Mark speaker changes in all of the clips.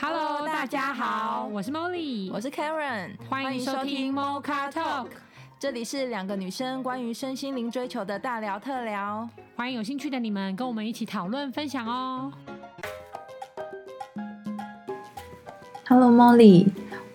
Speaker 1: Hello，大家
Speaker 2: 大家
Speaker 1: 好，
Speaker 2: 好
Speaker 1: 我是 Molly，
Speaker 2: 我是 Karen，
Speaker 1: 欢迎收听 Mocha Talk，
Speaker 2: 这里是两个女生关于身心灵追求的大聊特聊。
Speaker 1: 欢迎有兴趣的你们跟我们一起讨论分享哦。
Speaker 2: Hello Molly，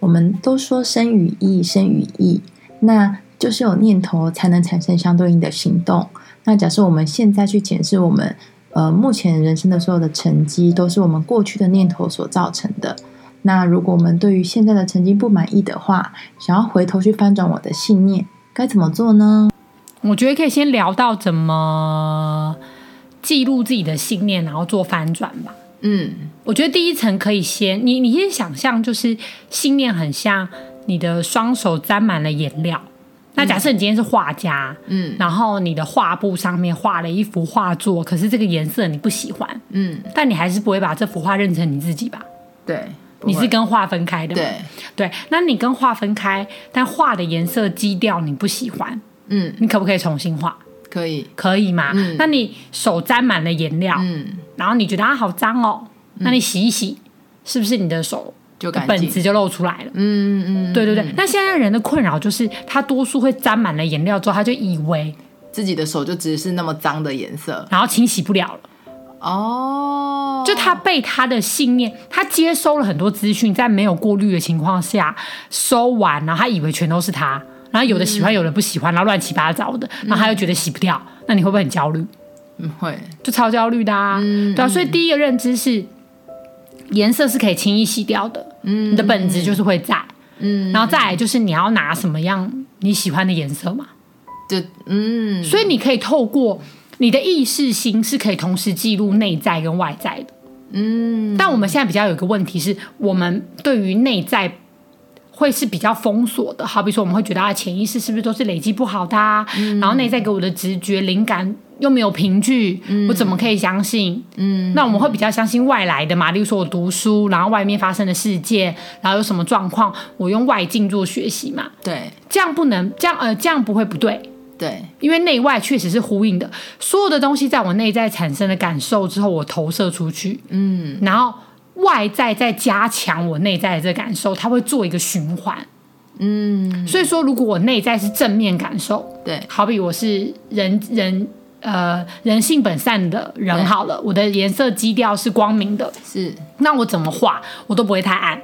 Speaker 2: 我们都说生与意，生与意，那就是有念头才能产生相对应的行动。那假设我们现在去检视我们呃目前人生的所有的成绩，都是我们过去的念头所造成的。那如果我们对于现在的成绩不满意的话，想要回头去翻转我的信念，该怎么做呢？
Speaker 1: 我觉得可以先聊到怎么记录自己的信念，然后做翻转吧。
Speaker 2: 嗯
Speaker 1: 我觉得第一层可以先，你你先想象，就是信念很像你的双手沾满了颜料。那假设你今天是画家，
Speaker 2: 嗯
Speaker 1: 然后你的画布上面画了一幅画作，可是这个颜色你不喜欢，
Speaker 2: 嗯，
Speaker 1: 但你还是不会把这幅画认成你自己吧？
Speaker 2: 对，
Speaker 1: 你是跟画分开的嘛，
Speaker 2: 对，
Speaker 1: 对，那你跟画分开，但画的颜色基调你不喜欢，
Speaker 2: 嗯，
Speaker 1: 你可不可以重新画？
Speaker 2: 可以，
Speaker 1: 可以吗？
Speaker 2: 嗯
Speaker 1: 那你手沾满了颜料，
Speaker 2: 嗯，
Speaker 1: 然后你觉得啊好脏哦，那你洗一洗，是不是你的手
Speaker 2: 就
Speaker 1: 的
Speaker 2: 干
Speaker 1: 本
Speaker 2: 净，
Speaker 1: 质就露出来了？
Speaker 2: 嗯嗯嗯，
Speaker 1: 对对对，那现在人的困扰就是，他多数会沾满了颜料之后，他就以为，
Speaker 2: 自己的手就只是那么脏的颜色
Speaker 1: 然后清洗不了了。
Speaker 2: 哦，
Speaker 1: 就他被他的信念，他接收了很多资讯，在没有过滤的情况下收完，然后他以为全都是他，然后有的喜欢，有的不喜欢，然后乱七八糟的，然后他又觉得洗不掉，那你会不会很焦虑？
Speaker 2: 嗯会，
Speaker 1: 就超焦虑的啊，对啊，所以第一个认知是颜色是可以轻易洗掉的，嗯，你的本质就是会在，嗯，然后再来就是你要拿什么样你喜欢的颜色嘛，
Speaker 2: 就嗯
Speaker 1: 所以你可以透过你的意识心是可以同时记录内在跟外在的。
Speaker 2: 嗯
Speaker 1: 但我们现在比较有一个问题是，我们对于内在会是比较封锁的。好比说，我们会觉得啊，潜意识是不是都是累积不好的、啊？
Speaker 2: 嗯
Speaker 1: 然后内在给我的直觉、灵感又没有凭据，我怎么可以相信？
Speaker 2: 嗯
Speaker 1: 那我们会比较相信外来的嘛，例如说我读书，然后外面发生的世界，然后有什么状况，我用外境做学习嘛。
Speaker 2: 对
Speaker 1: 这样不能，这样呃，这样不会不对。
Speaker 2: 对
Speaker 1: 因为内外确实是呼应的，所有的东西在我内在产生了感受之后，我投射出去，嗯，然后外在再加强我内在的这个感受，它会做一个循环，嗯，所以说如果我内在是正面感受，
Speaker 2: 对
Speaker 1: 好比我是人人呃人性本善的人好了，我的颜色基调是光明的，
Speaker 2: 是
Speaker 1: 那我怎么画我都不会太暗，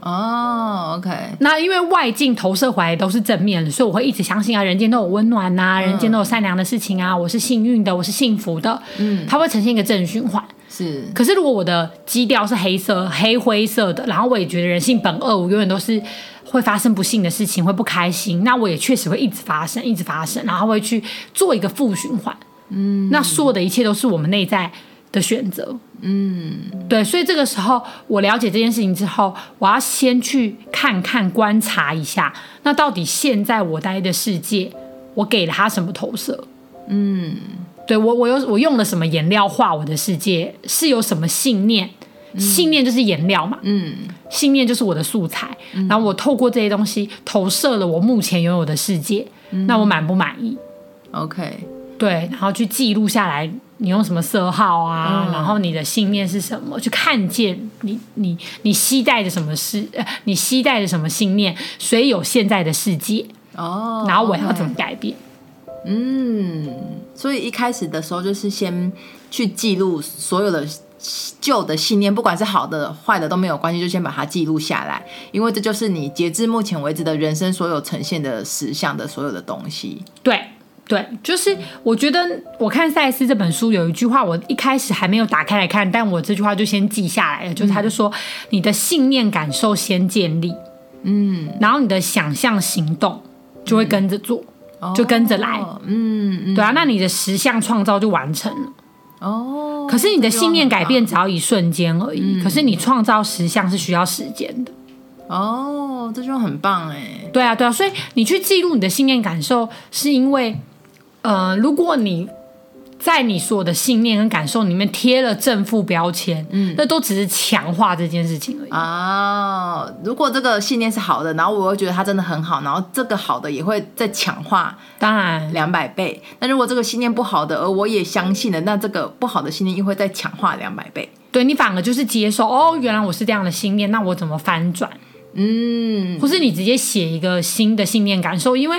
Speaker 2: 哦，OK，
Speaker 1: 那因为外境投射回来都是正面的，所以我会一直相信啊，人间都有温暖呐、人间都有善良的事情啊，我是幸运的，我是幸福的，嗯，它会呈现一个正循环。
Speaker 2: 是
Speaker 1: 可是如果我的基调是黑色、黑灰色的，然后我也觉得人性本恶，我永远都是会发生不幸的事情，会不开心，那我也确实会一直发生，一直发生，然后会去做一个负循环。嗯，那所有的一切都是我们内在的选择。嗯，对，所以这个时候我了解这件事情之后，我要先去看看、观察一下，那到底现在我待的世界，我给了他什么投射？对我，我有我用了什么颜料画我的世界，是有什么信念？信念就是颜料嘛，
Speaker 2: 嗯
Speaker 1: 信念就是我的素材。然后我透过这些东西投射了我目前拥有的世界，
Speaker 2: 嗯
Speaker 1: 那我满不满意？
Speaker 2: OK，
Speaker 1: 对，然后去记录下来，你用什么色号啊？
Speaker 2: 嗯
Speaker 1: 然后你的信念是什么？去看见你你你期待着什么事？呃，你期待着什么信念？所以有现在的世界，
Speaker 2: 哦，
Speaker 1: 然后我要怎么
Speaker 2: OK？
Speaker 1: 改变？
Speaker 2: 嗯，所以一开始的时候就是先去记录所有的。旧的信念，不管是好的、坏的都没有关系，就先把它记录下来，因为这就是你截至目前为止的人生所有呈现的实相的所有的东西。
Speaker 1: 对对，就是我觉得我看赛斯这本书有一句话，我一开始还没有打开来看，但我这句话就先记下来了，就是他就说、你的信念感受先建立，嗯，然后你的想象行动就会跟着做，就跟着来，
Speaker 2: 哦嗯嗯，
Speaker 1: 对啊，那你的实相创造就完成了。
Speaker 2: 哦，
Speaker 1: 可是你的信念改变只要一瞬间而已，
Speaker 2: 嗯
Speaker 1: 可是你创造实相是需要时间的。
Speaker 2: 哦，这就很棒哎，
Speaker 1: 对啊，对啊，所以你去记录你的信念感受，是因为，呃，如果你在你所有的信念跟感受里面贴了正负标签，嗯，那都只是强化这件事情而已。
Speaker 2: 哦，如果这个信念是好的，然后我又觉得它真的很好，然后这个好的也会再强化
Speaker 1: 当然，
Speaker 2: 两百倍。那如果这个信念不好的，而我也相信了，那这个不好的信念又会再强化两百倍。
Speaker 1: 对你反而就是接受哦，原来我是这样的信念，那我怎么翻转？
Speaker 2: 嗯，
Speaker 1: 或是你直接写一个新的信念感受，因为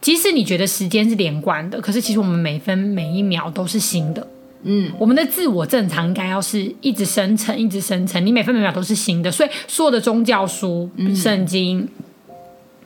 Speaker 1: 即使你觉得时间是连贯的，可是其实我们每分每一秒都是新的。
Speaker 2: 嗯，
Speaker 1: 我们的自我正常应该要是一直生成，一直生成，你每分每秒都是新的。所以所有的宗教书、
Speaker 2: 嗯
Speaker 1: 圣经，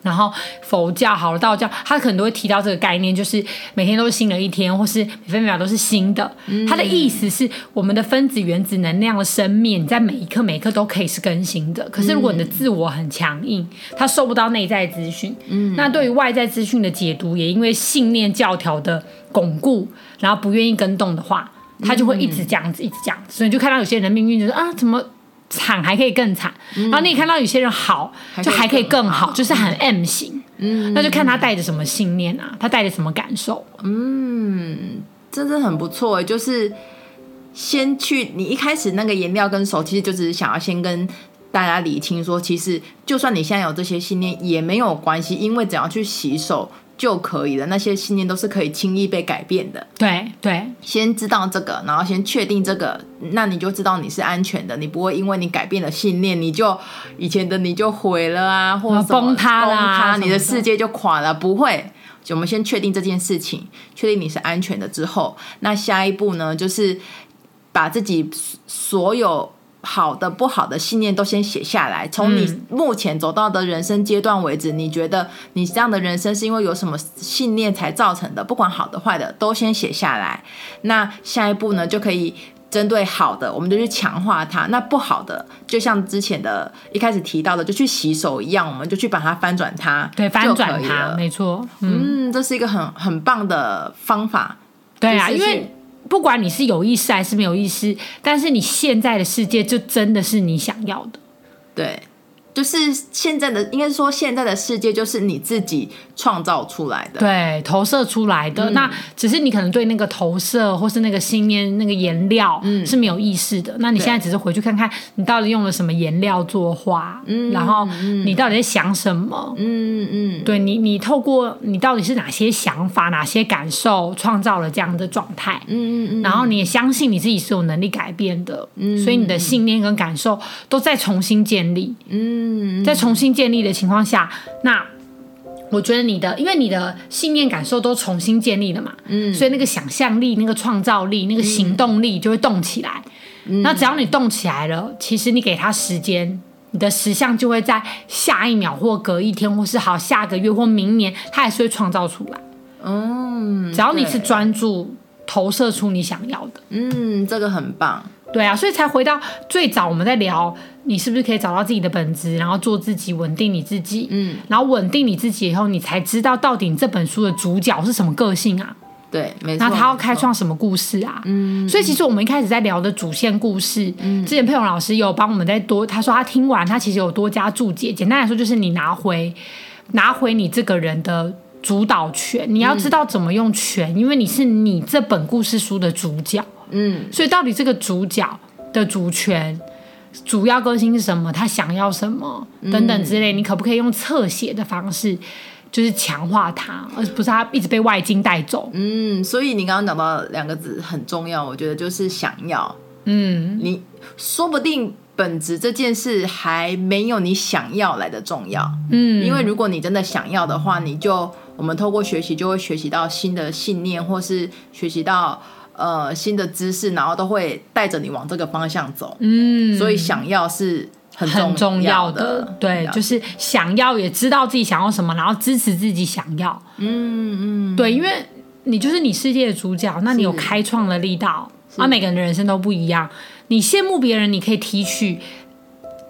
Speaker 1: 然后佛教、好了道教，它可能都会提到这个概念，就是每天都是新的一天，或是每分每秒都是新的。
Speaker 2: 嗯
Speaker 1: 它的意思是，我们的分子、原子能量的生命，你在每一刻、每一刻都可以是更新的。可是如果你的自我很强硬，它受不到内在资讯，嗯，那对于外在资讯的解读，也因为信念教条的巩固，然后不愿意跟动的话，他就会一直这样子，一直这样子。所以你就看到有些人的命运就是啊，怎么？惨还可以更惨，然后你也看到有些人好，
Speaker 2: 嗯还
Speaker 1: 就
Speaker 2: 可以
Speaker 1: 还可以
Speaker 2: 更
Speaker 1: 更好，就是很 M 型，嗯，那就看他带着什么信念啊，他带着什么感受，
Speaker 2: 真的很不错欸，就是先去你一开始那个颜料跟手，其实就只是想要先跟大家理清说，其实就算你现在有这些信念也没有关系，因为只要去洗手就可以了，那些信念都是可以轻易被改变的。
Speaker 1: 对对，
Speaker 2: 先知道这个，然后先确定这个，那你就知道你是安全的，你不会因为你改变了信念，你就以前的你就毁了啊，或者
Speaker 1: 啊
Speaker 2: 什么
Speaker 1: 崩塌啦
Speaker 2: 崩塌，
Speaker 1: 什么的
Speaker 2: 你的世界就垮了。不会，我们先确定这件事情，确定你是安全的之后，那下一步呢，就是把自己所有。好的、不好的信念都先写下来，从你
Speaker 1: 嗯
Speaker 2: 目前走到的人生阶段为止，你觉得你这样的人生是因为有什么信念才造成的？不管好的、坏的，都先写下来。那下一步呢，就可以针对好的，我们就去强化它；那不好的，就像之前的一开始提到的，就去洗手一样，我们就去把它翻转它，
Speaker 1: 对，翻转
Speaker 2: 就可以
Speaker 1: 它，
Speaker 2: 了。
Speaker 1: 没错，嗯，
Speaker 2: 嗯，这是一个很很棒的方法。
Speaker 1: 对啊，
Speaker 2: 就
Speaker 1: 因
Speaker 2: 是去
Speaker 1: 为不管你是有意识还是没有意识，但是你现在的世界就真的是你想要的，
Speaker 2: 对，就是现在的，应该说现在的世界就是你自己创造出来的。
Speaker 1: 对，投射出来
Speaker 2: 嗯
Speaker 1: 的。那只是你可能对那个投射或是那个信念、那个颜料
Speaker 2: 嗯
Speaker 1: 是没有意识的。那你
Speaker 2: 对
Speaker 1: 现在只是回去看看你到底用了什么颜料作画，然后你到底在想什么？
Speaker 2: 嗯嗯，
Speaker 1: 对你，你透过你到底是哪些想法、哪些感受，创造了这样的状态？
Speaker 2: 嗯嗯嗯，嗯
Speaker 1: 然后你也相信你自己是有能力改变的，所以你的信念跟感受都在重新建立，嗯，在重新建立的情况下，那我觉得你的，因为你的信念感受都重新建立了嘛，嗯，所以那个想象力、那个创造力、那个行动力就会动起来。
Speaker 2: 嗯
Speaker 1: 那只要你动起来了，其实你给他时间。你的实相就会在下一秒，或隔一天，或是好下个月或明年，它还是会创造出来。
Speaker 2: 嗯，
Speaker 1: 只要你
Speaker 2: 对
Speaker 1: 是专注投射出你想要的，
Speaker 2: 嗯，这个很棒。
Speaker 1: 对啊，所以才回到最早我们在聊，你是不是可以找到自己的本质，然后做自己，稳定你自己。
Speaker 2: 嗯，
Speaker 1: 然后稳定你自己以后，你才知道到底你这本书的主角是什么个性啊，
Speaker 2: 对，没错。
Speaker 1: 那他要开
Speaker 2: 没错
Speaker 1: 创什么故事啊？嗯，所以其实我们一开始在聊的主线故事，嗯，之前佩勇老师有帮我们再多，他说他听完，他其实有多加注解。简单来说，就是你拿回拿回你这个人的。主导权，你要知道怎么用权，因为你是你这本故事书的主角。
Speaker 2: 嗯
Speaker 1: 所以到底这个主角的主权、主要个性是什么，他想要什么等等之类，你可不可以用侧写的方式，就是强化他，而不是他一直被外境带走？
Speaker 2: 嗯，所以你刚刚讲到两个字很重要，我觉得就是想要。
Speaker 1: 嗯，
Speaker 2: 你说不定本质这件事还没有你想要来的重要。
Speaker 1: 嗯，
Speaker 2: 因为如果你真的想要的话，你就我们透过学习就会学习到新的信念，或是学习到呃新的知识，然后都会带着你往这个方向走。
Speaker 1: 嗯，
Speaker 2: 所以想要是很
Speaker 1: 很重
Speaker 2: 要
Speaker 1: 要
Speaker 2: 的，
Speaker 1: 的，对，
Speaker 2: 了解
Speaker 1: 就是想要也知道自己想要什么，然后支持自己想要，嗯嗯，对，因为你就是你世界的主角，那你有开创的力道，啊，每个人的人生都不一样，你羡慕别人，你可以提取。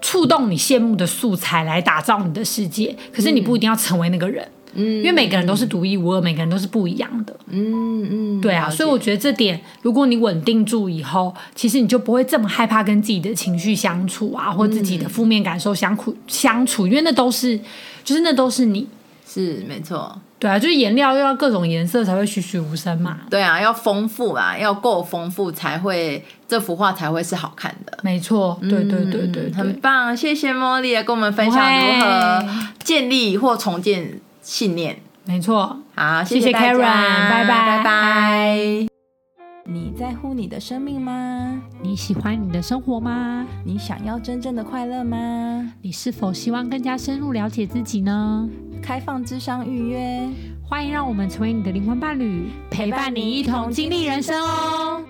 Speaker 1: 触动你羡慕的素材来打造你的世界，可是你不一定要成为那个人，嗯，因为每个人都是独一无二，每个人都是不一样的，
Speaker 2: 嗯嗯，
Speaker 1: 对啊，
Speaker 2: 了解
Speaker 1: 所以我觉得这点，如果你稳定住以后，其实你就不会这么害怕跟自己的情绪相处啊，或自己
Speaker 2: 嗯
Speaker 1: 的负面感受相处相处，因为那都是，就是那都是你。
Speaker 2: 是没错，
Speaker 1: 对啊，就是颜料又要各种颜色才会栩栩如生嘛。
Speaker 2: 对啊，要丰富啊，要够丰富才会这幅画才会是好看的。
Speaker 1: 没错，对对对对
Speaker 2: 嗯
Speaker 1: 对，
Speaker 2: 很棒，谢谢茉莉来跟我们分享如何
Speaker 1: 不
Speaker 2: 建立或重建信念。
Speaker 1: 没错。
Speaker 2: 好，
Speaker 1: 谢谢
Speaker 2: 大家
Speaker 1: Karen，拜拜
Speaker 2: 拜拜。你在乎你的生命吗？
Speaker 1: 你喜欢你的生活吗？
Speaker 2: 你想要真正的快乐吗？
Speaker 1: 你是否希望更加深入了解自己呢？
Speaker 2: 开放智商预约，
Speaker 1: 欢迎让我们成为你的灵魂伴侣，陪伴你一同经历人生哦。